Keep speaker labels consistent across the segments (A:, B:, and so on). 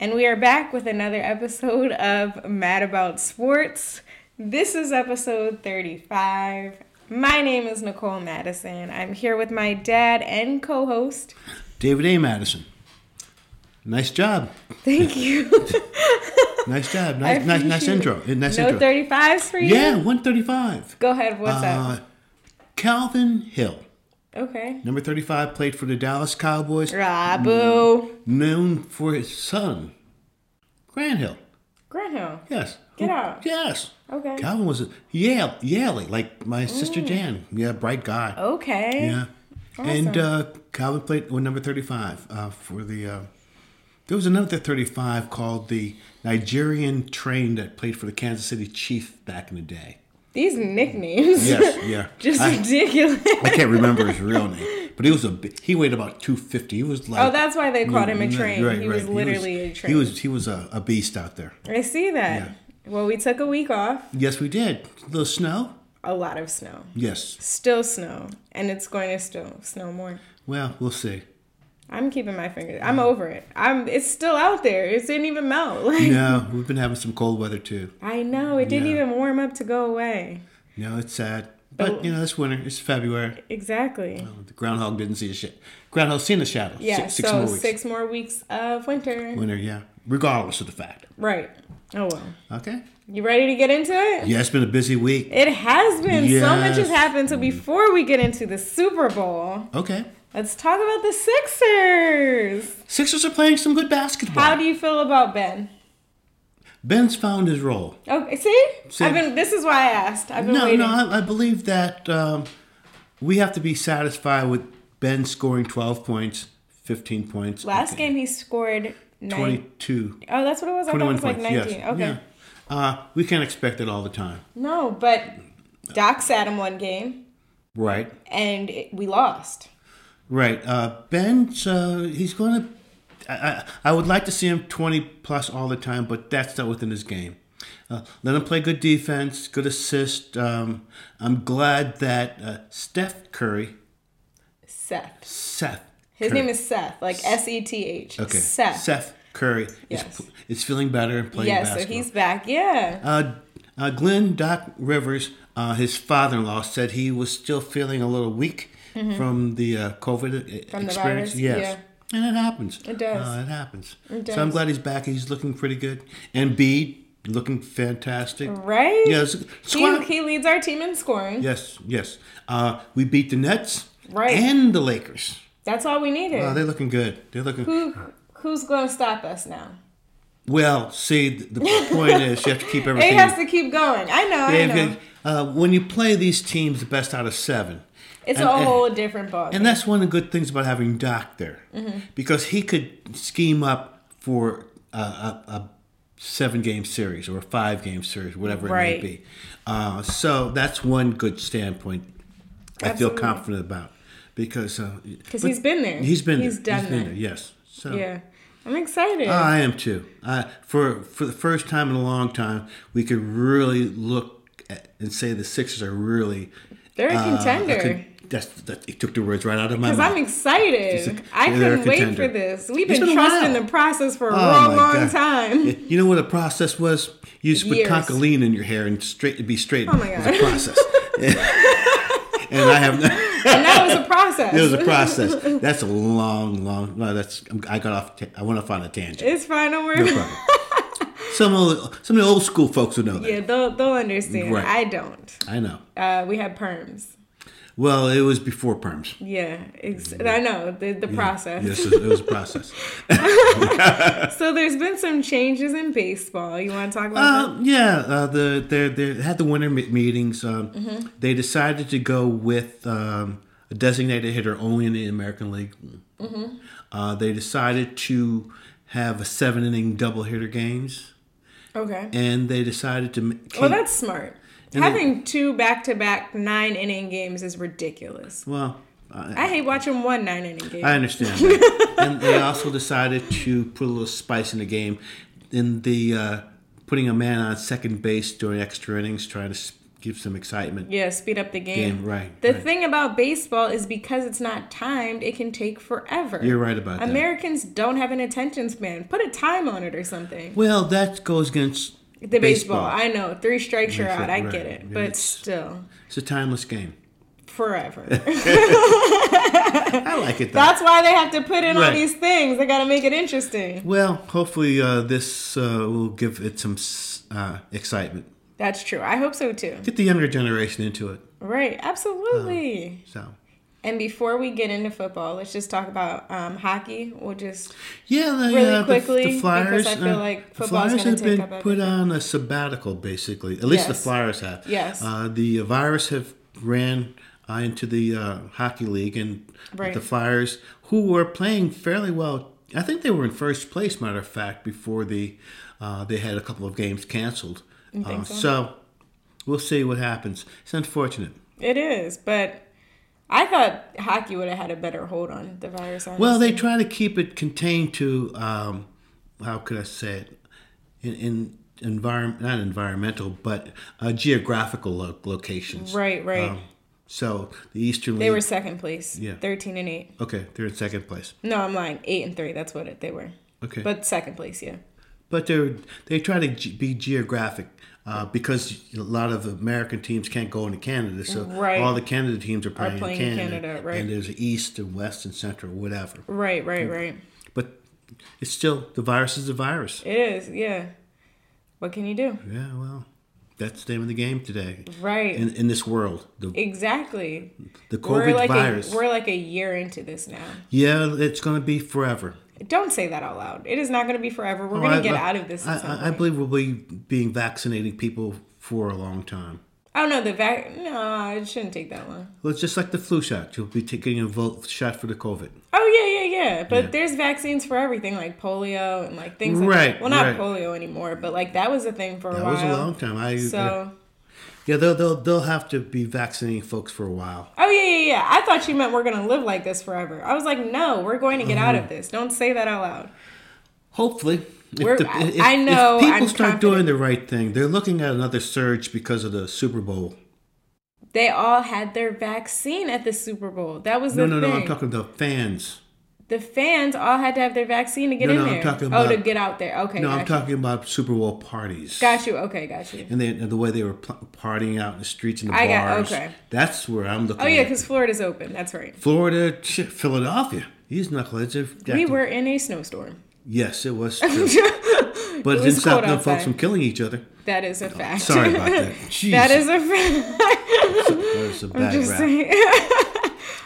A: And we are back with another episode of Mad About Sports. This is episode 35. My name is Nicole Madison. I'm here with my dad and co host.
B: David A. Madison. Nice job.
A: Thank you.
B: Nice job.
A: I
B: Nice, nice, nice
A: appreciate
B: intro. Eh, Nice
A: no
B: intro.
A: 35s for you?
B: yeah, 135.
A: Go ahead. What's
B: Uh,
A: up?
B: Calvin Hill, Uh,
A: Okay.
B: number 35, played for the Dallas Cowboys,
A: Rabu.
B: known for his son, Grant Hill.
A: Grandhill.
B: Yes.
A: Get out.
B: Yes.
A: Okay. Mm.
B: Calvin was a Yale, Yale, like my sister Jan. Yeah, bright guy.
A: Okay.
B: Yeah. And uh, Calvin played with number 35 uh, for the. Uh, there was another 35 called the Nigerian Train that played for the Kansas City Chiefs back in the day.
A: These nicknames.
B: Yes, yeah.
A: Just
B: I,
A: ridiculous.
B: I can't remember his real name, but he was a bi- he weighed about 250. He was like Mm-hmm.
A: Oh, that's why they called him a train.
B: Mm, Right,
A: he was
B: right.
A: literally a train.
B: He was he was a, a beast out there.
A: I see that. Well, we took a week off.
B: Yes, we did. A little snow.
A: A lot of snow.
B: Yes.
A: Still snow. And it's going to still snow more.
B: Well, we'll see.
A: I'm keeping my fingers.
B: Mm.
A: I'm over it. I'm. It's still out there. It didn't even melt. Like
B: No, we've been having some cold weather too.
A: I know it didn't
B: Yeah.
A: even warm up to go away.
B: No, it's sad, but you know it's winter. It's February.
A: Exactly.
B: The groundhog didn't see a shit. Groundhog seen a shadow.
A: Yeah.
B: six, six
A: so
B: more weeks.
A: six more weeks of winter.
B: Winter, yeah. Regardless of the fact.
A: Right. Oh well.
B: Okay.
A: You ready to get into it?
B: Yeah, it's been a busy week.
A: It has been. So much has
B: Yes. Mm.
A: happened. So before we get into the Super Bowl,
B: Okay.
A: let's talk about the Sixers.
B: Sixers are playing some good basketball.
A: How do you feel about Ben?
B: Ben's found his role.
A: Okay, see?
B: See?
A: I've been this is why I asked. I've been
B: No,
A: waiting.
B: no, I, I believe that um, we have to be satisfied with Ben scoring 12 points, 15 points.
A: Last
B: okay,
A: game he scored nine.
B: 22.
A: Oh, that's what it was. I thought it
B: 21
A: was like
B: points.
A: 19.
B: Yes.
A: Okay.
B: Yeah. Uh, we can't expect it all the time.
A: No, but Doc sat him one game
B: Right.
A: and it, we lost.
B: Right. Uh, Ben's, uh, he's going to. I, I would like to see him 20 plus all the time, but that's not within his game. Uh, let him play good defense, good assist. Um, I'm glad that uh, Steph Curry,
A: Seth.
B: Seth.
A: His
B: Curry,
A: name is Seth, like S E T H.
B: okay.
A: Seth.
B: Seth Curry
A: Yes.
B: is, is feeling better and playing
A: Yeah, so
B: basketball.
A: he's back. Yeah.
B: uh, uh, Glenn Doc Rivers, uh, his father-in-law, said he was still feeling a little weak from the uh, COVID
A: Mm-hmm. From the
B: experience.
A: virus,
B: yes. And it happens.
A: It does.
B: Uh, it happens.
A: does.
B: So I'm glad he's back. He's looking pretty good. And Bede looking fantastic.
A: Right?
B: Yes.
A: He,
B: Squad-
A: Mm. he leads our team in scoring.
B: yes. Yes. Uh, we beat the Nets.
A: Right.
B: And the Lakers.
A: That's all we needed.
B: Oh, they're looking good. They're looking.
A: Who who's gonna stop us now?
B: Well, see, th- the point is you have to keep
A: It
B: everything.
A: has to keep going. I know, I
B: They've
A: know.
B: got- uh, when you play these teams, the best out of seven.
A: It's
B: and-
A: a
B: and-
A: whole different ball.
B: And that's one of the good things about having Doc there,
A: Mm-hmm.
B: because he could scheme up for a, a, a seven-game series or a five-game series, whatever
A: Right.
B: it may be. Uh, so that's one good standpoint I feel
A: Absolutely.
B: confident about, because uh,
A: Because
B: but
A: he's been there.
B: he's been
A: He's
B: there.
A: done
B: he's been
A: that.
B: there. Yes. So
A: Yeah. I'm excited.
B: I am too. I, for for the first time in a long time, we could really look at, and say the Sixers are really
A: They're a
B: uh,
A: contender.
B: con- that's that. It took the words right out of my
A: Because
B: mouth.
A: I'm excited. I
B: yeah, they're a
A: couldn't wait for
B: contender.
A: this. We've
B: It's
A: been
B: been a while.
A: trusting the process for a
B: Oh,
A: long,
B: my
A: long
B: God.
A: time.
B: Yeah, You know what the process was? You used to put
A: Years.
B: cocklean in your hair and straight to be straight. Oh
A: my
B: It was a process. and I have.
A: And that was a process.
B: It was a process. That's a long, long. No, that's. I got off. ta- I went off on a tangent.
A: it's fine, don't worry.
B: Problem. some of some of the old school folks will know that.
A: yeah, they'll, they'll understand.
B: Right.
A: I don't.
B: I know.
A: Uh, we had perms.
B: Well, it was before perms.
A: Yeah, ex- I know the, the process.
B: Yes, it it was a process.
A: So there's been some changes in baseball. You want to talk about
B: Uh, yeah, uh, the they they had the winter me- meetings. Um,
A: Mm-hmm.
B: They decided to go with um, a designated hitter only in the American League.
A: Mm-hmm.
B: Uh, they decided to have a seven inning double hitter games,
A: that? Okay.
B: and they decided to. Make,
A: Well, that's smart. Having two back to back nine inning games is ridiculous.
B: well. I,
A: I hate watching one nine inning game.
B: I understand. that. and they also decided to put a little spice in the game, in the uh, putting a man on second base during extra innings, trying to s- give some excitement.
A: Yeah, speed up the game.
B: Game, right,
A: The
B: right.
A: thing about baseball is because it's not timed, it can take forever.
B: You're right about that.
A: Americans don't have an attention span. Put a time on it or something.
B: Well, that goes against
A: The baseball, I know, three strikes you're
B: Makes
A: out.
B: it
A: I
B: right.
A: get it,
B: Yeah,
A: but
B: it's-
A: still,
B: It's a timeless game.
A: forever.
B: I like it though.
A: That's why they have to put in all
B: Right.
A: these things. They got to make it interesting.
B: well, hopefully uh, this uh, will give it some s- uh, excitement.
A: That's true. I hope so too.
B: Get the younger generation into it.
A: Right, absolutely.
B: So,
A: And before we get into football, let's just talk about um, hockey. We'll just
B: yeah, the,
A: Really
B: uh, the-
A: quickly,
B: the,
A: because
B: Flyers.
A: I feel
B: uh,
A: like
B: the
A: football's
B: Flyers
A: gonna
B: have
A: take
B: been
A: up
B: put on a sabbatical, basically. At least the
A: Yes.
B: Flyers have.
A: Yes.
B: Uh, the virus have ran uh, into the uh, hockey league and
A: Right.
B: the Flyers, who were playing fairly well. I think they were in first place, matter of fact, before the uh, they had a couple of games canceled. Uh,
A: so?
B: so we'll see what happens. It's unfortunate.
A: it is, but I thought hockey would have had a better hold on the virus. Honestly.
B: Well, they try to keep it contained to um, how could I say it in, in environment not environmental but uh, geographical lo- locations.
A: right, right.
B: Um, so the Eastern
A: they
B: League.
A: were second place.
B: Yeah.
A: thirteen and eight.
B: okay, they're in second place.
A: No, I'm lying. Eight and three. That's what it, they were.
B: Okay, but,
A: But second place, yeah.
B: they're they try to ge- be geographic. Uh, because a lot of American teams can't go into Canada, so
A: Right.
B: all the Canada teams are playing,
A: playing in
B: in Canada,
A: Canada, right.
B: and there's East and West and Central, whatever.
A: Right, right, right.
B: But it's still the virus is a virus.
A: It is, yeah. What can you do?
B: Yeah, well, that's the name of the game today.
A: Right.
B: In, in this world, the,
A: exactly.
B: the COVID
A: We're like
B: virus.
A: A, we're like a year into this now.
B: yeah, it's going to be forever.
A: Don't say that out loud. It is not going to be forever. We're
B: Oh,
A: going
B: I-
A: to get out of this.
B: I,
A: At some
B: I, I
A: point.
B: believe we'll be being vaccinating people for a long time.
A: Oh no, the vac. No, it shouldn't take that long.
B: Well, it's just like the flu shot. You'll be taking a vo- shot for the COVID.
A: Oh yeah, yeah, yeah. But
B: Yeah.
A: there's vaccines for everything, like polio and like things. Like
B: Right,
A: Well, not
B: right.
A: polio anymore, but like that was a thing for a
B: That
A: while.
B: was a long time. I uh,
A: So.
B: yeah, they'll, they'll they'll have to be vaccinating folks for a while.
A: Oh yeah, yeah, yeah. I thought you meant we're gonna live like this forever. I was like, no, we're going to get out
B: Mm-hmm.
A: of this. Don't say that out loud.
B: Hopefully, if
A: We're- I- I know,
B: If people
A: I'm
B: start
A: confident.
B: doing the right thing, they're looking at another surge because of the Super Bowl.
A: They all had their vaccine at the Super Bowl. That was
B: No,
A: the
B: no,
A: thing.
B: no. I'm talking the fans.
A: the fans all had to have their vaccine to get
B: No,
A: in
B: no, I'm
A: there.
B: talking
A: oh, to
B: about-
A: get out there. Okay,
B: No,
A: got,
B: I'm talking about Super Bowl parties.
A: you. got you. Okay, got you.
B: And they, and the way they were pl- partying out in the streets and the
A: I got-
B: bars.
A: okay.
B: That's where I'm looking.
A: Oh yeah,
B: at.
A: because Florida's open. That's right.
B: Florida, shit, Philadelphia. These knuckleheads are.
A: We were in a snowstorm.
B: Yes, it was. True. but it,
A: was
B: didn't stop
A: cold
B: them
A: outside.
B: folks from killing each other.
A: That is a fact.
B: Oh, Sorry about that. Jeez,
A: that is a fact.
B: that was a bad
A: Just
B: rap. Ah.
A: saying.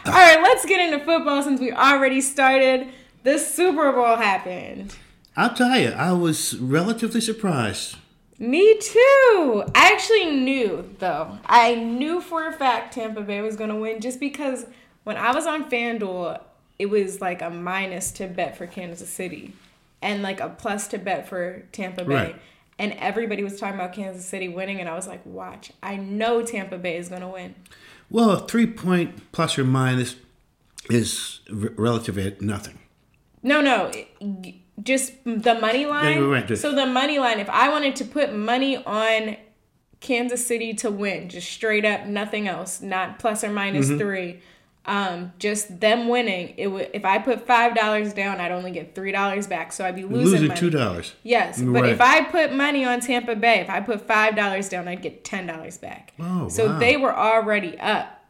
A: All right, let's get into football since we already started. The Super Bowl happened.
B: I'll tell you, I was relatively surprised.
A: Me too. I actually knew though. I knew for a fact Tampa Bay was gonna win just because when I was on FanDuel, it was like a minus to bet for Kansas City and like a plus to bet for Tampa Bay.
B: Right.
A: And everybody was talking about Kansas City winning, and I was like, watch, I know Tampa Bay is gonna win.
B: Well, a three point plus or minus is re- relative at nothing.
A: No, no, it- just the money line.
B: we went to-
A: So the money line. If I wanted to put money on Kansas City to win, just straight up, nothing else, not plus or minus
B: Mm-hmm.
A: three, um, just them winning. It would. If I put five dollars down, I'd only get three dollars back. So I'd be losing,
B: Losing
A: money.
B: two dollars.
A: Yes, but if I
B: Right.
A: put money on Tampa Bay, if I put five dollars down, I'd get ten dollars back.
B: Oh,
A: so
B: wow.
A: they were already up.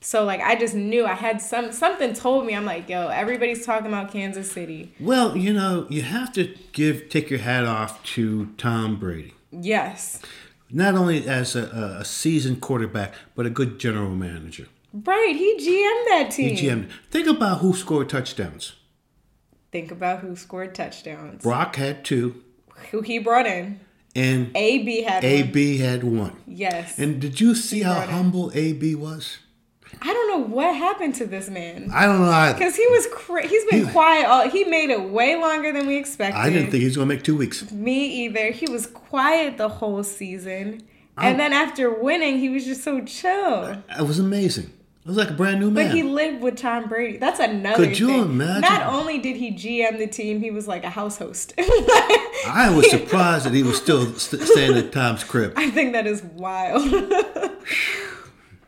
A: So like I just knew I had some something told me I'm like yo everybody's talking about Kansas City
B: Well, you know, you have to give take your hat off to Tom Brady.
A: Yes.
B: not only as a, a- a seasoned quarterback, but a good general manager.
A: Right. He GM'd that team.
B: GM. Think about who scored touchdowns.
A: Think about who scored touchdowns.
B: Brock had two,
A: Who he brought in.
B: and
A: AB had one.
B: AB had one.
A: Yes.
B: And did you see how
A: brought it.
B: humble AB was?
A: I don't know what happened to this man.
B: I don't know either.
A: Because he was cra- he's been
B: He-
A: quiet all he made it way longer than we expected.
B: I didn't think he was going to make two weeks.
A: me either. He was quiet the whole season. and
B: I'm-
A: then after winning, he was just so chill.
B: It was amazing. It was like a brand new
A: But
B: man.
A: he lived with Tom Brady. That's another
B: Could you
A: thing.
B: imagine?
A: Not only did he GM the team, he was like a house host.
B: I was surprised that he was still st- staying at Tom's crib.
A: I think that is wild.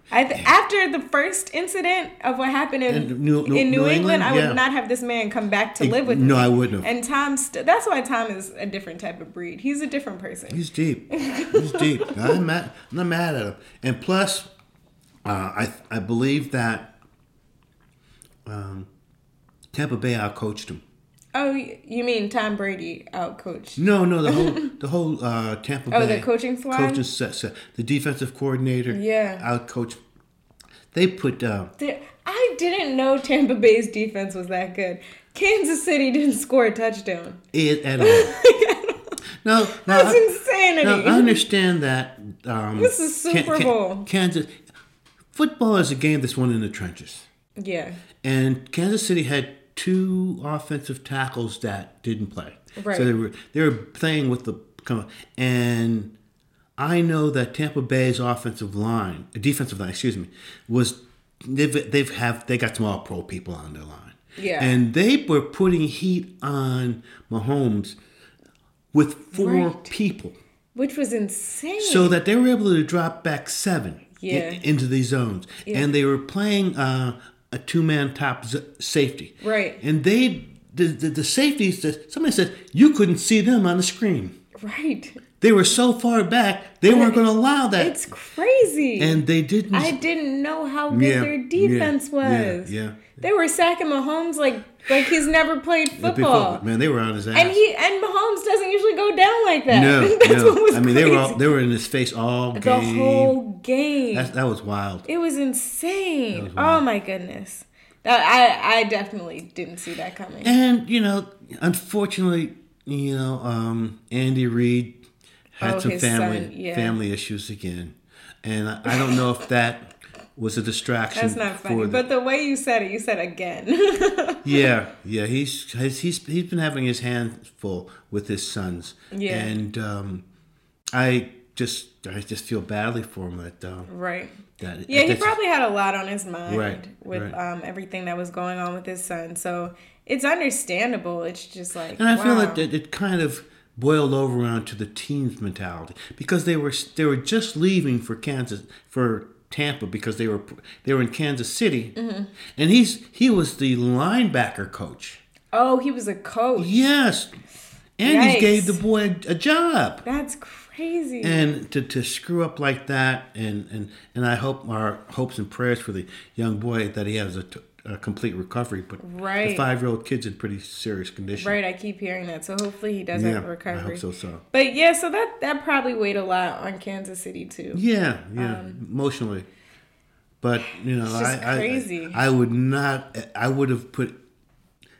A: I th- after the first incident of what happened in,
B: In New- New-
A: in New,
B: New
A: England,
B: England?
A: I would
B: Yeah.
A: not have this man come back to live with
B: no,
A: me.
B: I wouldn't have.
A: And Tom, st- that's why Tom is a different type of breed. He's a different person.
B: He's deep. He's deep. I'm, mad, I'm not mad at him. And plus, uh, I I believe that um, Tampa Bay outcoached him.
A: Oh, y- you mean Tom Brady oh, outcoached?
B: No, no, the whole the whole uh, Tampa
A: Oh,
B: Bay.
A: the coaching squad?
B: Coaching set, set. The defensive coordinator.
A: Yeah.
B: Outcoached. They put uh,
A: Did- I didn't know Tampa Bay's defense was that good. Kansas City didn't score a touchdown.
B: it at all. No, no,
A: That's
B: I-
A: insanity.
B: Now, Uh, I understand that. Um,
A: This is
B: Ka-
A: Super
B: Ka-
A: Bowl.
B: Kansas football is a game that's won in the trenches,
A: yeah,
B: and Kansas City had two offensive tackles that didn't play.
A: Right.
B: So they were they were playing with the come on, and I know that Tampa Bay's offensive line, defensive line, excuse me, was they've they've have they got some all pro people on their line.
A: Yeah.
B: And they were putting heat on Mahomes with four
A: Right.
B: people
A: which was insane.
B: so that they were able to drop back seven i-
A: Yeah.
B: into these zones, and they were playing uh, a two-man top z- safety.
A: Right.
B: and they the the, the safeties. that- Somebody said you couldn't see them on the screen.
A: right,
B: They were so far back they weren't going to allow that,
A: it's crazy.
B: uh, and they didn't.
A: I didn't know how good
B: Yeah,
A: their
B: yeah,
A: defense
B: yeah,
A: was.
B: yeah.
A: They were sacking Mahomes like like he's never played
B: They'd be
A: football.
B: focused. man, they were on his ass.
A: And he and Mahomes doesn't usually go down like that.
B: no,
A: That's
B: no.
A: what was
B: I mean, they were all,
A: crazy.
B: they were in his face all game.
A: the whole game.
B: That's, that was wild.
A: it was insane. oh my goodness. That I I definitely didn't see that coming.
B: And you know, unfortunately, you know, um, Andy Reid had
A: Oh,
B: some
A: his
B: family
A: son, yeah.
B: family issues again, and I, I don't know if that was a distraction.
A: That's not funny.
B: for the-
A: but the way you said it, you said again.
B: yeah, yeah, he's he's he's he's been having his hands full with his sons.
A: Yeah.
B: and um, I just I just feel badly for him that um,
A: right.
B: that
A: Yeah, he
B: that's-
A: probably had a lot on his mind
B: Right,
A: with
B: right.
A: um everything that was going on with his son. So it's understandable. It's just like
B: And I feel
A: wow.
B: that it, it kind of boiled over onto the team's mentality because they were they were just leaving for Kansas for Tampa because they were they were in Kansas City,
A: Mm-hmm.
B: and he's he was the linebacker coach.
A: Oh, he was a coach.
B: Yes, and he
A: Yikes.
B: gave the boy a, a job.
A: That's crazy.
B: And to, to screw up like that, and, and, and I hope our hopes and prayers for the young boy that he has a, t- a complete recovery. But the
A: Right.
B: five year old kid's in pretty serious condition.
A: right, I keep hearing that. So hopefully he does
B: Yeah,
A: have a
B: I
A: recovery.
B: hope so. So
A: But yeah, so that that probably weighed a lot on Kansas City too.
B: Yeah, yeah, emotionally. But you know,
A: Um, just
B: I, I-
A: crazy.
B: I would not. I would have put,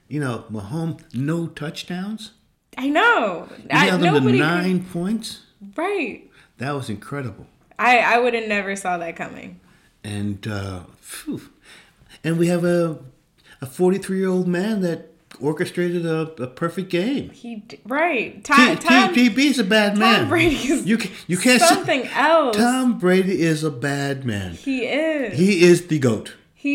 B: you know, Mahomes no touchdowns.
A: I know.
B: He
A: I,
B: held them to
A: nobody could-
B: nine points.
A: right.
B: That was incredible.
A: I I would have never saw that coming.
B: And uh, phew. and we have a a forty three year old man that orchestrated a, a perfect game.
A: He d- right.
B: T-
A: Tom,
B: T-
A: Tom,
B: TB is a bad man.
A: Brady is
B: you can, you can't say-
A: something else.
B: Tom Brady is a bad man.
A: he is. He,
B: He is the goat.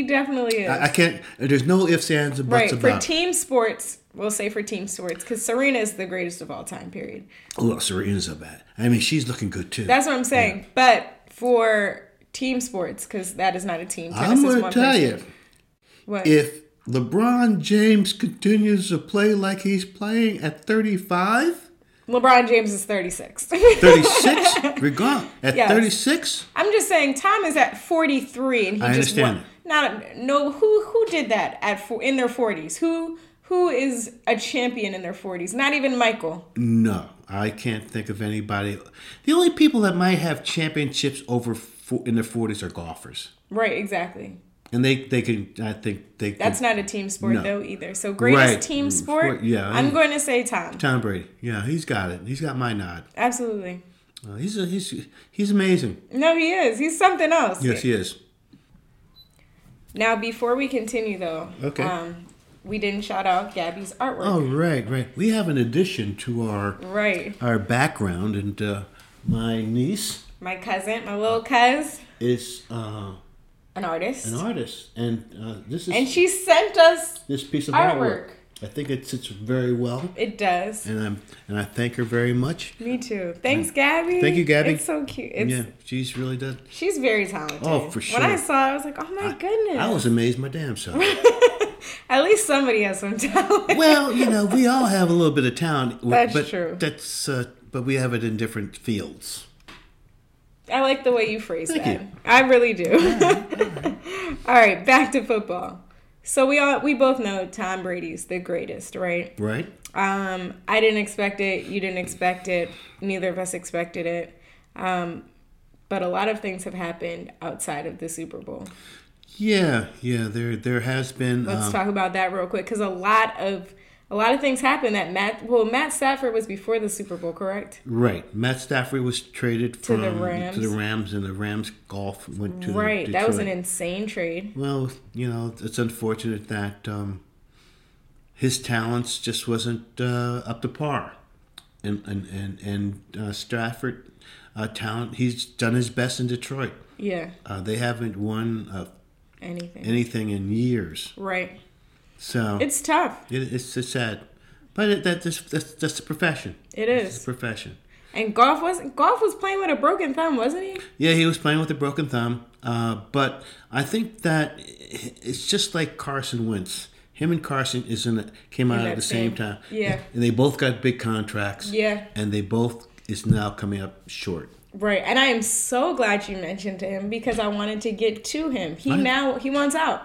A: definitely is.
B: I, I can't. There's no ifs, ands, and
A: right
B: buts
A: for
B: about. it.
A: team sports. We'll say for team sports because Serena is the greatest of all time. Period.
B: oh, Serena's so bad. I mean, she's looking good too.
A: That's what I'm saying. But for team sports, because that is not a team. Tennis
B: I'm
A: is
B: going to
A: one
B: tell
A: person.
B: you,
A: What?
B: if LeBron James continues to play like he's playing at 35,
A: LeBron James is 36.
B: 36, regard at
A: Yes.
B: 36,
A: I'm just saying Tom is at 43 and he
B: I
A: just
B: understand.
A: won. Not no who who did that at fo- in their 40s? Who who is a champion in their 40s? Not even Michael.
B: no, I can't think of anybody. The only people that might have championships over four, in their 40s are golfers,
A: Right, exactly.
B: and they they can. I think they.
A: That's
B: can,
A: not a team sport
B: No.
A: though either. So greatest
B: Right.
A: team
B: Mm,
A: sport.
B: sport- yeah, I-
A: I'm going to say Tom.
B: Tom Brady. Yeah, he's got it. He's got my nod.
A: Absolutely.
B: Uh, he's a, he's he's amazing.
A: No, he is. He's something else.
B: Yes, he is.
A: Now, before we continue though,
B: Okay.
A: um, we didn't shout out Gabby's artwork.
B: Oh, right, right. We have an addition to our
A: Right.
B: our background, and uh, my niece
A: My cousin, my little cuz.
B: is uh,
A: an artist,
B: an artist, and uh, this is
A: and she sent us
B: this piece of artwork.
A: artwork.
B: I think it sits very well,
A: It does.
B: and I'm and I thank her very much.
A: Me too. Thanks, Gabby.
B: Thank you, Gabby.
A: It's so cute. It's,
B: yeah, she's really does.
A: She's very talented.
B: Oh, for
A: When I
B: sure.
A: saw it, I was like, oh my goodness.
B: I was amazed my damn self.
A: At least somebody has some talent.
B: well, you know, we all have a little bit of talent. w-
A: That's
B: but
A: true.
B: That's uh, but we have it in different fields.
A: I like the way you phrase
B: Thank
A: that.
B: you.
A: I really do. all right, back to football. So we all we both know Tom Brady's the greatest, right?
B: Right?
A: Um, I didn't expect it. You didn't expect it. Neither of us expected it. Um, but a lot of things have happened outside of the Super Bowl.
B: Yeah, yeah. There, there has been.
A: Let's
B: Um,
A: talk about that real quick because a lot of a lot of things happened that Matt. Well, Matt Stafford was before the Super Bowl, correct?
B: right. Matt Stafford was traded
A: To
B: from
A: the Rams.
B: to the Rams, and the Rams golf went to
A: right.
B: The
A: That was an
B: Detroit.
A: insane trade.
B: Well, you know, it's unfortunate that um, his talents just wasn't uh, up to par, and and and and uh, Stafford uh, talent. He's done his best in Detroit.
A: Yeah.
B: Uh, they haven't won uh,
A: Anything.
B: anything in years,
A: right.
B: so it,
A: It's tough.
B: it's it's sad. But it, that that's, that's that's the profession.
A: It is.
B: It's the profession.
A: And golf was golf was playing with a broken thumb, wasn't he?
B: Yeah, he was playing with a broken thumb. Uh, but I think that it's just like Carson Wentz. Him and Carson is in the, came out
A: that
B: at the same,
A: same-
B: time.
A: yeah.
B: and they both got big contracts.
A: Yeah.
B: and they both is now coming up short.
A: Right. And I am so glad you mentioned him because I wanted to get to him. He
B: Right.
A: now he wants out.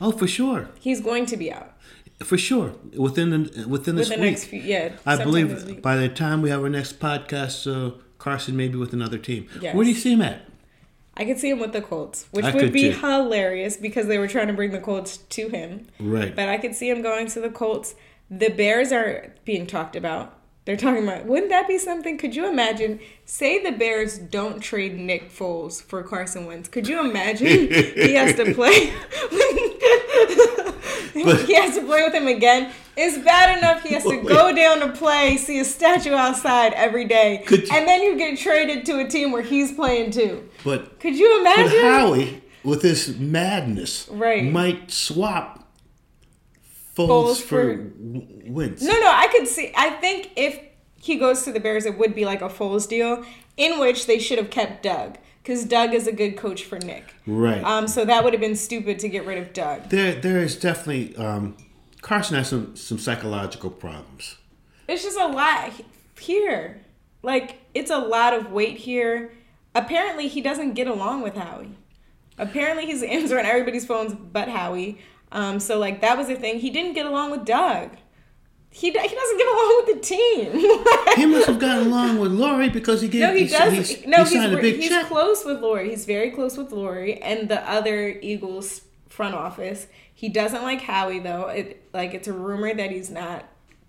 B: Oh, for sure,
A: He's going to be out
B: for sure. Within the, within this
A: within the
B: week,
A: next few. Yeah. sometime
B: I
A: this
B: believe
A: week.
B: by the time we have our next podcast, uh, Carson may be with another team.
A: Yes.
B: Where do you see him at?
A: I could see him with the Colts, which
B: I
A: would
B: could
A: be
B: too.
A: hilarious because they were trying to bring the Colts to him.
B: Right.
A: But I could see him going to the Colts. The Bears are being talked about. They're talking about wouldn't that be something? Could you imagine? Say the Bears don't trade Nick Foles for Carson Wentz. Could you imagine he has to play? he has to play with him again. It's bad enough he has to go down to play, see a statue outside every day,
B: Could you-
A: and then you get traded to a team where he's playing too.
B: But
A: Could you
B: But
A: imagine?
B: Howie, with his madness,
A: Right.
B: might swap Foles,
A: Foles
B: for,
A: for-
B: W Wentz.
A: No, no, I could see. I think if he goes to the Bears, it would be like a Foles deal, in which they should have kept Doug, because Doug is a good coach for Nick.
B: Right.
A: Um, so that would have been stupid to get rid of Doug.
B: there, there is definitely um, Carson has some, some psychological problems.
A: It's just a lot he- here. Like it's a lot of weight here. Apparently, he doesn't get along with Howie. Apparently, he's answering everybody's phones but Howie. Um, so like that was the thing. He didn't get along with Doug. He, d- he doesn't get along with the team.
B: He must have gotten along with Laurie because he gave.
A: No, he
B: he,
A: does.
B: He,
A: no,
B: he
A: he's,
B: signed a big
A: he's
B: check.
A: close with Lori. He's very close with Lori and the other Eagles front office. He doesn't like Howie though. It like it's a rumor that he's not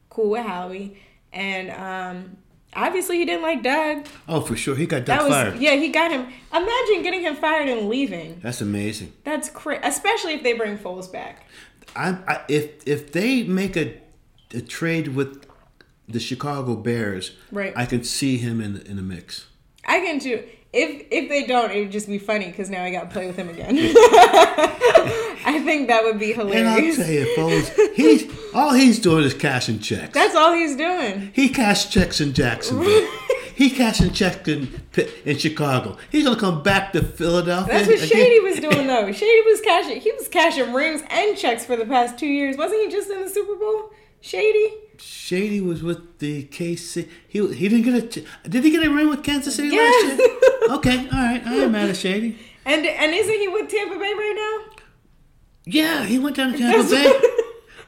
A: cool with Howie, and um, obviously he didn't like Doug.
B: oh, for sure, he got
A: That
B: that
A: was
B: fired.
A: yeah. He got him. Imagine getting him fired and leaving.
B: That's amazing.
A: That's crazy. Especially if they bring Foles back.
B: I, I if if they make a, a trade with the Chicago Bears,
A: Right.
B: I can see him in the, in the mix.
A: I can too. If if they don't, it would just be funny because now I got to play with him again. I think that would be
B: And I'll
A: hilarious.
B: tell you, Foles, he's all he's doing is cashing checks.
A: That's all he's doing.
B: he cashed checks in Jacksonville. he cashing checks in Pitt- in Chicago. He's gonna come back to Philadelphia.
A: That's what
B: again.
A: Shady was doing though. Shady was cashing he was cashing rings and checks for the past two years. Wasn't he just in the Super Bowl? Shady?
B: Shady was with the KC. He he didn't get a ch- did he get a ring with Kansas City
A: Yes.
B: last year? Okay, all right. I ain't mad at Shady.
A: And and isn't he with Tampa Bay right now?
B: Yeah, he went down to Tampa Bay.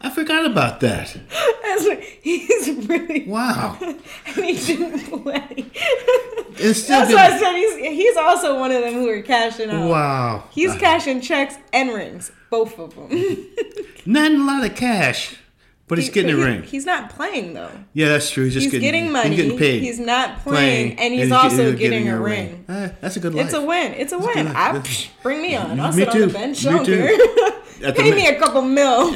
B: I forgot about that.
A: That's what, he's really
B: Wow.
A: and he didn't play.
B: It's still
A: That's why I
B: been-
A: said he's he's also one of them who are cashing out.
B: Wow. Uh,
A: He's cashing checks and rings, both of them.
B: Not a lot of cash, but he's getting a
A: But he-
B: ring.
A: He's not playing though.
B: yeah, that's true. He's just
A: He's
B: getting,
A: getting, money.
B: He's getting paid.
A: He's not playing, and he's, also getting, a ring.
B: Ah, that's a good life.
A: It's a win. It's a
B: good
A: win.
B: luck.
A: I,
B: That's-
A: psh, bring me on. I'll
B: Me
A: sit on
B: too.
A: the bench.
B: Me
A: I don't
B: too.
A: care.
B: At the
A: Pay
B: ma-
A: me a couple mil.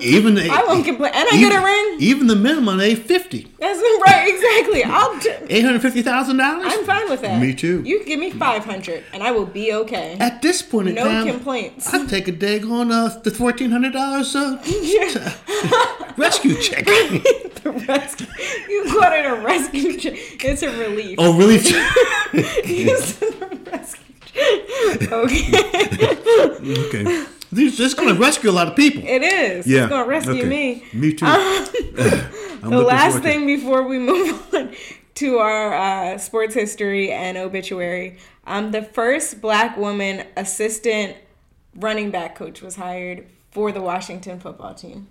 B: Even the, e-
A: I won't complain. And I
B: even,
A: get a ring.
B: Even the minimum, eight fifty.
A: That's right, exactly. I'll. T-
B: Eight hundred fifty thousand dollars.
A: I'm fine with that.
B: Me too.
A: You can give me five hundred, and I will be okay.
B: At this point in
A: No
B: time,
A: complaints.
B: I'd take a dig on uh, the fourteen hundred dollars uh, rescue check.
A: the rescue. You called it a rescue. ch- It's a relief.
B: oh, really?
A: You said a rescue. ch- Okay.
B: okay. This this is going to rescue a lot of people.
A: It is.
B: yeah.
A: It's gonna rescue
B: okay.
A: me. Um, Uh,
B: Me too. I'm
A: The
B: looking
A: last
B: forward to it.
A: thing before we move on to our uh, sports history and obituary, um, the first black woman assistant running back coach was hired for the Washington football team,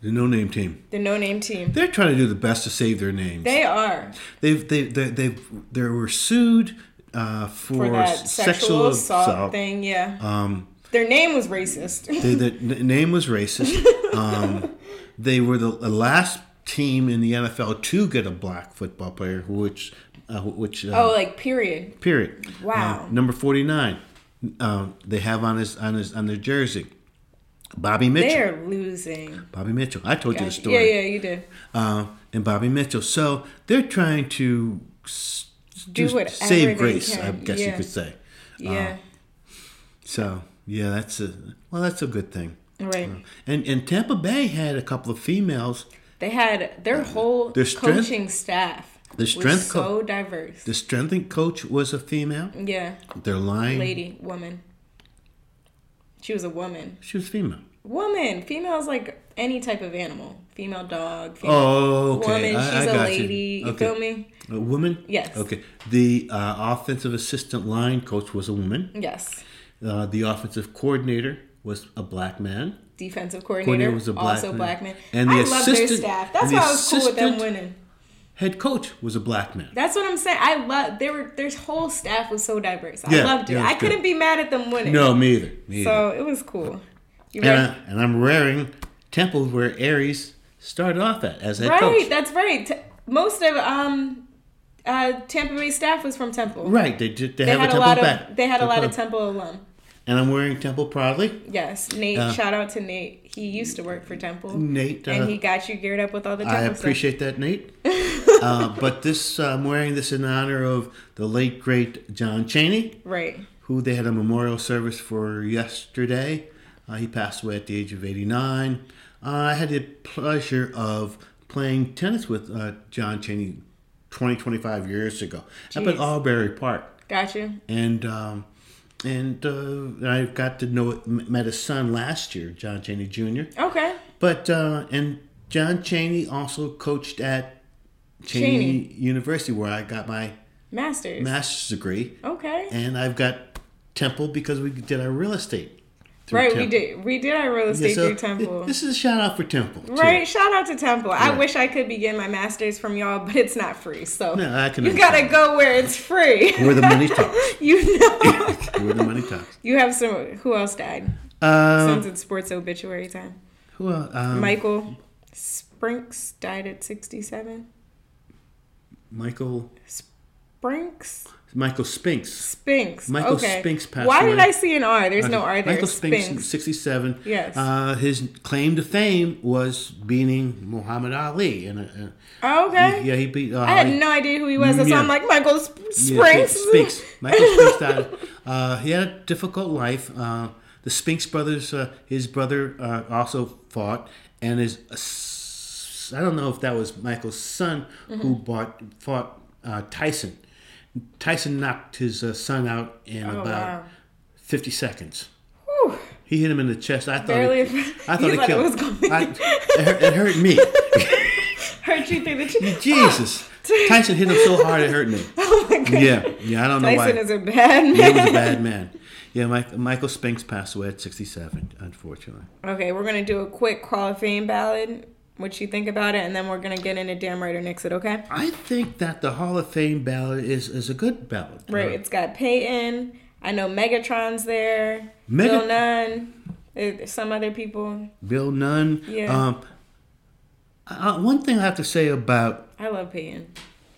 B: the no name team.
A: the no name team.
B: They're trying to do the best to save their names.
A: They are.
B: They've they they they they were sued uh, for,
A: for that
B: s-
A: sexual, assault, thing. Yeah,
B: Um,
A: their name was racist.
B: they, the n- name was racist. Um, they were the, the last team in the NFL to get a black football player, which uh, which uh,
A: oh, like period.
B: period.
A: Wow.
B: Uh, number forty nine. Um, they have on his on his on their jersey, Bobby Mitchell.
A: They are losing.
B: Bobby Mitchell. I told you the story.
A: Yeah, yeah, you did.
B: uh, and Bobby Mitchell. So they're trying to s-
A: Do whatever they
B: save grace,
A: can.
B: I guess you
A: Yeah.
B: could say.
A: Yeah,
B: So yeah, that's a well, that's a good thing.
A: right.
B: uh, And and Tampa Bay had a couple of females.
A: They had their whole
B: Their uh, strength-
A: coaching staff.
B: their
A: was
B: strength co-
A: so diverse.
B: The strength coach was a female.
A: yeah,
B: Their line,
A: lady, woman. She was a woman.
B: she was female.
A: Woman, female is like any type of animal. Female dog. Female
B: Oh, okay.
A: Woman,
B: I- I
A: she's a
B: got
A: lady. You
B: Okay.
A: feel me?
B: A woman.
A: Yes.
B: Okay. The uh, offensive assistant line coach was a woman.
A: Yes.
B: Uh, the offensive coordinator was a black man.
A: Defensive coordinator,
B: Coordinator was a black
A: also
B: man.
A: black man.
B: And
A: I love
B: the
A: their
B: assistant-
A: staff. That's
B: and the
A: why I was cool with them
B: assistant-
A: winning.
B: Head coach was a black man.
A: That's what I'm saying. I love they were their whole staff was so diverse. I
B: Yeah,
A: loved it.
B: yeah, it's
A: I couldn't
B: good.
A: be mad at them winning.
B: No, me either. Me either.
A: So it was cool. You
B: and,
A: right?
B: I, and I'm wearing Temple where Aries started off at as head
A: right,
B: coach.
A: that's right. T- Most of um uh Tampa Bay staff was from Temple.
B: Right, they did. They,
A: They
B: have
A: had
B: a
A: a,
B: Temple
A: lot
B: back.
A: of they had a lot of
B: Temple.
A: Temple alum.
B: And I'm wearing Temple proudly.
A: Yes. Nate,
B: Uh,
A: shout out to Nate. He used to work for Temple.
B: Nate, uh,
A: and he got you geared up with all the Temple
B: I appreciate that, Nate. uh, but this, I'm wearing this in honor of the late great John Cheney,
A: stuff. Right.
B: who they had a memorial service for yesterday. Uh, he passed away at the age of 89. Uh, I had the pleasure of playing tennis with uh, John Cheney 20, 25 years ago up at
A: Jeez.
B: Albury Park.
A: Got you.
B: and um, and uh, I got to know m- met his son last year, John Cheney Jr.
A: Okay.
B: But uh, and John Cheney also coached at Cheney,
A: Cheney.
B: University, where I got my
A: Masters.
B: master's degree,
A: okay.
B: and I've got Temple because we did our real estate. through
A: Right, we
B: Temple.
A: did we did our real
B: Yeah,
A: estate
B: so
A: through Temple.
B: This is a shout out for Temple. too.
A: Right, shout out to Temple. I
B: Yeah.
A: wish I could be getting my master's from y'all, but it's not free. So
B: No, I can
A: you gotta
B: understand.
A: go where it's free.
B: Where the money talks.
A: you know,
B: Where the money talks.
A: you have some. Who else died? Since
B: Um,
A: it's sports obituary time,
B: who else? Um,
A: Michael Sprinks died at sixty-seven.
B: Michael.
A: Sprinks,
B: Michael Spinks.
A: Spinks.
B: Michael
A: okay.
B: Spinks passed
A: Why did
B: away.
A: I see an R? There's no
B: Okay.
A: R there.
B: Michael Spinks,
A: Spinks.
B: 67.
A: Yes.
B: Uh, his claim to fame was beating Muhammad Ali. And uh,
A: Okay.
B: yeah, he beat. Uh,
A: I had no idea who he was. That's why I'm
B: Yeah.
A: like Michael Sp-
B: yeah, Spinks.
A: Sprinks.
B: Spinks. Michael Spinks died. Uh, he had a difficult life. Uh, the Spinks brothers, uh, his brother uh, also fought, and his uh, s- I don't know if that was Michael's son
A: Mm-hmm.
B: who bought fought uh, Tyson. Tyson knocked his uh, son out in
A: Oh,
B: about
A: wow.
B: 50 seconds.
A: Whew.
B: He hit him in the chest. I thought
A: Barely
B: it,
A: if-
B: I
A: you
B: thought it
A: thought it
B: killed.
A: was going-
B: I, it, hurt, it hurt me.
A: Hurt you through the chin.
B: Jesus, Tyson hit him so hard it hurt me.
A: Oh my god.
B: Yeah, yeah. I don't know why.
A: Tyson is a bad man.
B: he was a bad man. Yeah, Mike, Michael Spinks passed away at 67, unfortunately.
A: Okay, we're gonna do a quick Hall of Fame ballad. What you think about it, and then we're gonna get into Damn Right or Nix It. Okay.
B: I think that the Hall of Fame ballot is, is a good Uh, ballot.
A: Right. It's got Peyton. I know Megatron's there.
B: Mega-
A: Bill Nunn. eh, Some other people.
B: Bill Nunn.
A: Yeah.
B: Um, uh, one thing I have to say about
A: I love Peyton.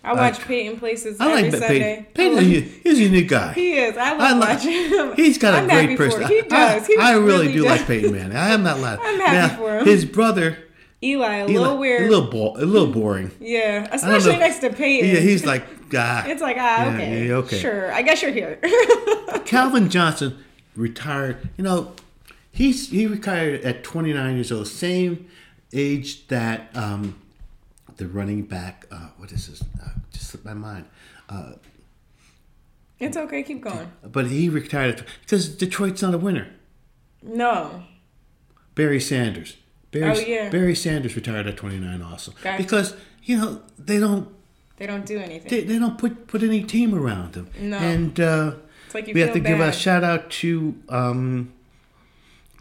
A: I watch Peyton Places
B: I
A: every
B: like Peyton.
A: Sunday.
B: Peyton,
A: I
B: he- he's a unique guy.
A: He is. I love
B: I like-
A: watching him.
B: He's got a
A: I'm happy
B: great
A: for
B: person.
A: him. He does. He
B: I, I really, do
A: does.
B: like Peyton Manning. I am not laughing.
A: I'm happy for him.
B: His brother,
A: Eli. A
B: he
A: little
B: li-
A: weird.
B: a little, bo- a little boring.
A: yeah,
B: I don't
A: especially
B: know.
A: next to Peyton.
B: Yeah, he's like, ah.
A: It's like ah,
B: Yeah,
A: okay,
B: yeah, okay.
A: sure. I guess you're here.
B: Calvin Johnson retired. You know, he's he retired at 29 years old, same age that um, the running back. Uh, what is this? Uh, just slipped my mind. Uh,
A: it's okay. Keep going.
B: but he retired because Detroit's not a winner.
A: No.
B: Barry Sanders. Barry,
A: Oh, yeah.
B: Barry Sanders retired at 29 also
A: Gotcha.
B: because you know they don't
A: They don't do anything.
B: they, they don't put, put any team around them.
A: No.
B: And uh,
A: it's like you
B: we
A: feel
B: have to
A: bad.
B: give a shout out to um,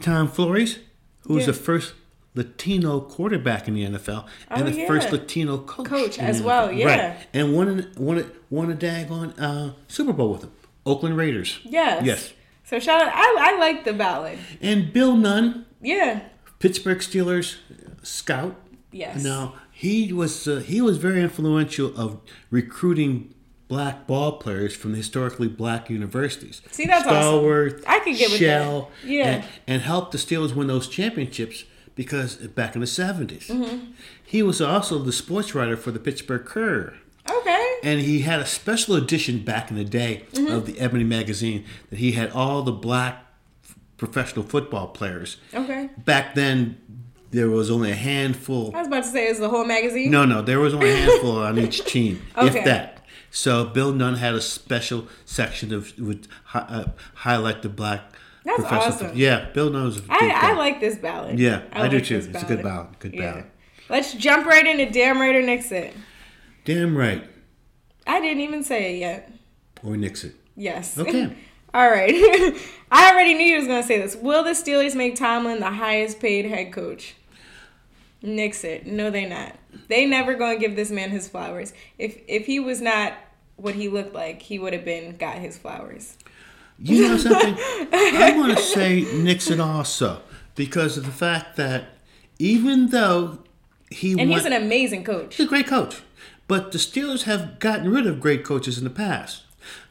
B: Tom Flores, who was
A: Yeah.
B: the first Latino quarterback in the NFL and
A: Oh,
B: the first
A: yeah.
B: Latino coach.
A: Coach
B: in the
A: as
B: NFL.
A: well, yeah.
B: Right. And won an, won a, won a daggone uh, Super Bowl with him. Oakland Raiders.
A: Yes.
B: Yes.
A: So shout out. I, I like the ballad.
B: And Bill Nunn,
A: Yeah.
B: Pittsburgh Steelers scout.
A: Yes.
B: Now he was uh, he was very influential of recruiting black ball players from historically black universities.
A: See, that's awesome.
B: Stallworth,
A: I could get with
B: Shell,
A: that. Yeah.
B: and, and helped the Steelers win those championships because back in the 70s
A: Mm-hmm.
B: he was also the sports writer for the Pittsburgh Courier.
A: Okay.
B: And he had a special edition back in the day
A: Mm-hmm.
B: of the Ebony magazine that he had all the black f- professional football players.
A: Okay.
B: Back then, there was only a handful.
A: I was about to say is the whole magazine.
B: No, no, there was only a handful on each team,
A: Okay.
B: if that. So Bill Nunn had a special section of would hi, uh, highlight the black.
A: That's
B: professional-
A: awesome.
B: Yeah, Bill Nunn was. A good
A: I, I
B: guy.
A: like this ballad.
B: Yeah, I do
A: like
B: too.
A: this
B: It's a good ballad, good ballad.
A: Let's jump right into Damn Right or Nix It.
B: Damn right,
A: I didn't even say it yet.
B: or Nixon.
A: Yes.
B: Okay.
A: All right. I already knew you was going to say this. Will the Steelers make Tomlin the highest paid head coach? Nix it. No, they not. They never going to give this man his flowers. If if he was not what he looked like, he would have been got his flowers.
B: You know something? I want to say Nixon also because of the fact that even though he
A: And
B: won-
A: he's an amazing coach.
B: He's a great coach. But the Steelers have gotten rid of great coaches in the past.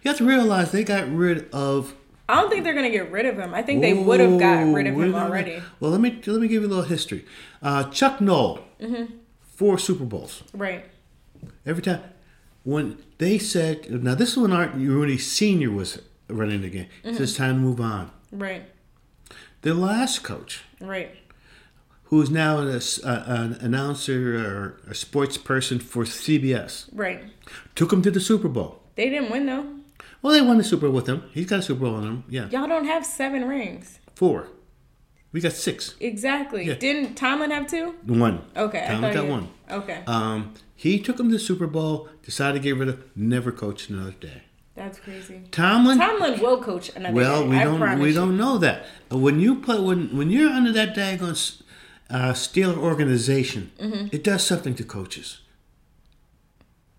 B: You have to realize they got rid of.
A: I don't think they're going to get rid of him. I think they would have got rid of
B: Ooh,
A: him
B: wait a minute.
A: already.
B: Well, let me let me give you a little history. Uh, Chuck Knoll,
A: Mm-hmm.
B: four Super Bowls.
A: Right.
B: Every time when they said, now this is when Art Rooney Senior was running the game.
A: Mm-hmm.
B: He says, "It's time to move on."
A: Right.
B: Their last coach,
A: Right.
B: who is now an, ass- uh, an announcer or a sports person for CBS,
A: Right.
B: took him to the Super Bowl.
A: They didn't win though.
B: Well, they won the Super Bowl with him. He's got a Super Bowl in him. Yeah,
A: Y'all don't have seven rings.
B: four. We got six.
A: Exactly.
B: Yeah.
A: Didn't Tomlin have two?
B: One.
A: Okay. I
B: Tomlin
A: thought
B: got
A: you-
B: one.
A: Okay.
B: Um, he took him to the Super Bowl. Decided to get rid of. Never coached another day.
A: That's crazy.
B: Tomlin.
A: Tomlin will coach another
B: Um, well,
A: day.
B: we
A: I
B: don't.
A: promise
B: We
A: you.
B: don't know that. When you play, when when you're under that daggone s- uh, Steeler organization,
A: Mm-hmm.
B: it does something to coaches.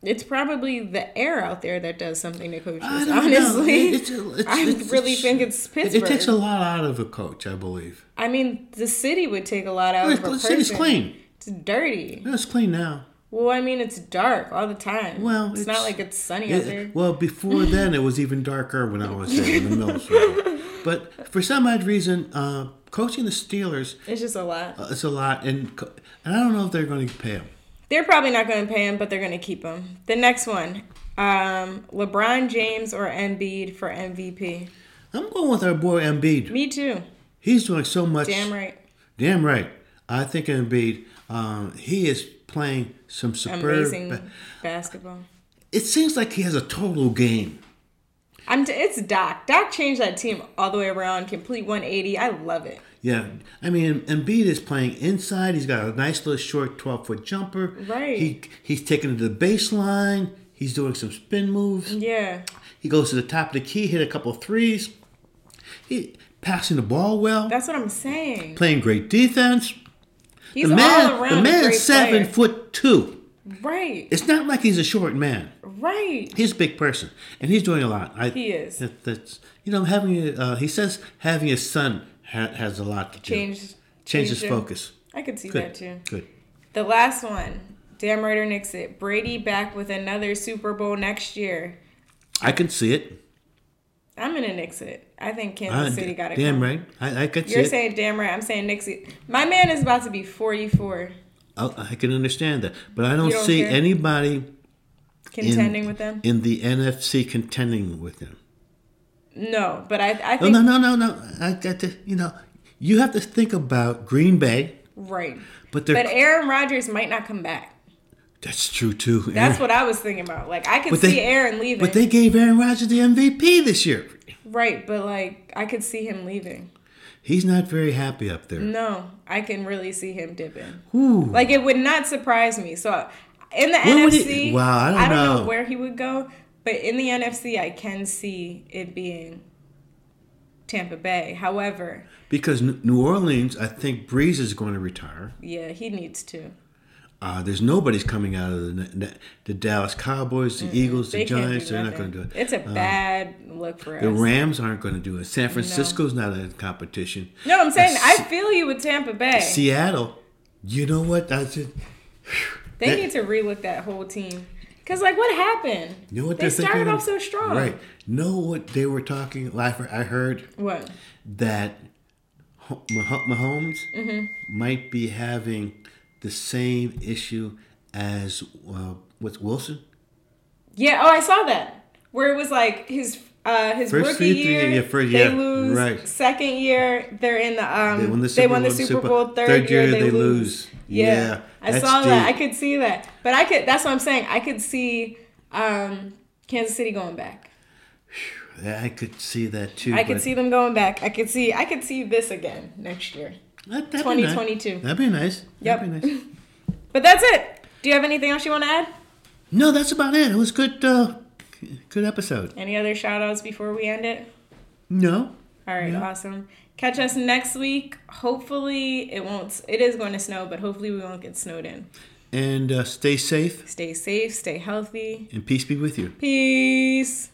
A: It's probably the air out there that does something to coaches.
B: I don't know.
A: Honestly,
B: It- it's a- it's-
A: I
B: it's-
A: really
B: it's-
A: think it's
B: It,
A: Pittsburgh.
B: it takes a lot out of a coach, I believe.
A: I mean, the city would take a lot out of a
B: The city's
A: person.
B: clean.
A: It's dirty.
B: No, It's clean now.
A: Well, I mean, it's dark all the time.
B: Well,
A: it's, not
B: it's-
A: like it's sunny out there.
B: It, well, before then, it was even darker when I was there in the military. But for some odd reason, uh, coaching the Steelers
A: It's just a lot.
B: uh, is a lot, and co- and I don't know if they're going to pay him.
A: They're probably not going to pay him, but they're going to keep him. The next one, um, LeBron James or Embiid for MVP.
B: I'm going with our boy Embiid.
A: Me too.
B: He's doing so much.
A: Damn right.
B: Damn right. I think Embiid. Um, he is playing some superb.
A: Amazing
B: ba-
A: basketball.
B: It seems like he has a total game.
A: I'm t- it's Doc. Doc changed that team all the way around, complete 180. I love it.
B: Yeah, I mean, Embiid is playing inside. He's got a nice little short twelve foot jumper.
A: Right.
B: He he's taking it to the baseline. He's doing some spin moves.
A: Yeah.
B: He goes to the top of the key, hit a couple of threes. He passing the ball well,
A: That's what I'm saying.
B: playing great defense.
A: He's
B: the man,
A: all around
B: the
A: a
B: man's
A: great
B: seven
A: player.
B: foot two.
A: Right.
B: It's not like he's a short man.
A: Right.
B: He's a big person, and he's doing a lot. I,
A: He is.
B: That, that's you know having a, uh, he says having a son ha- has a lot to do.
A: Changed-
B: change his
A: changed him.
B: focus.
A: I could see
B: Good.
A: that too.
B: Good.
A: The last one, Damn right or nix it. Brady back with another Super Bowl next year.
B: I can see it.
A: I'm gonna nix it. I think
B: Uh,
A: Kansas City got it.
B: damn
A: coming.
B: right. I, I can see
A: You're
B: it.
A: saying damn right. I'm saying nix it. My man is about to be 44.
B: I, I can understand that, but I don't,
A: don't
B: see
A: care?
B: anybody in-
A: Contending with them?
B: in the NFC contending with them.
A: No, but I I
B: No,
A: think
B: no, no, no, no. I got to. You know, you have to think about Green Bay,
A: right.
B: but they're
A: But Aaron Rodgers might not come back.
B: that's true too.
A: That's
B: Aaron-
A: what I was thinking about. Like I could
B: But they-
A: see Aaron leaving.
B: But they gave Aaron Rodgers the MVP this year.
A: right, but like I could see him leaving.
B: He's not very happy up there.
A: No, I can really see him dipping.
B: Ooh.
A: Like it would not surprise me. So in the
B: Where would
A: NFC,
B: he- Wow, I don't know.
A: where he would go, but in the NFC, I can see it being Tampa Bay. However,
B: Because N- New Orleans, I think Breeze is going to retire.
A: yeah, he needs to.
B: Uh, there's nobody's coming out of the the, the Dallas Cowboys, the Eagles, the
A: They can't
B: Giants.
A: do
B: They're not going
A: nothing.
B: to do it. Uh,
A: It's a bad look for us.
B: The Rams aren't going to do it. San Francisco's not in competition.
A: no, I'm saying
B: Uh,
A: I
B: Se-
A: feel you with Tampa Bay.
B: Seattle, you know what? I said,
A: they
B: that-
A: need to relook that whole team. Cause like what happened?
B: you know what
A: they
B: are
A: started off so strong.
B: Right. Know what they were talking? Like I heard
A: What?
B: that Ho- Mah- Mahomes
A: Mm-hmm.
B: might be having the same issue as uh, what's Wilson.
A: Yeah. Oh, I saw that. Where it was like his uh his
B: First
A: rookie
B: three- three-
A: year,
B: yeah, first-
A: they
B: yeah,
A: lose.
B: right.
A: Second year, they're in the um. They won the Super,
B: Bowl,
A: Bowl. Third, year, they, lose. Yeah,
B: Yeah,
A: I
B: that's
A: saw that. I
B: deep.
A: could see that. But I could. That's what I'm saying. I could see um Kansas City going back.
B: I could see that too.
A: I could
B: but
A: see them going back. I could see. I could see this again next year.
B: that- that'd be nice.
A: 2022.
B: That'd be nice.
A: Yep.
B: That'd be nice.
A: But that's it. Do you have anything else you want to add?
B: No, that's about it. It was good. Uh, good episode.
A: Any other shout outs before we end it?
B: No.
A: All right,
B: Yeah.
A: awesome. Catch us next week. Hopefully, it won't. It is going to snow, but hopefully, we won't get snowed in.
B: And uh, stay safe
A: Stay safe, stay healthy.
B: and peace be with you.
A: Peace.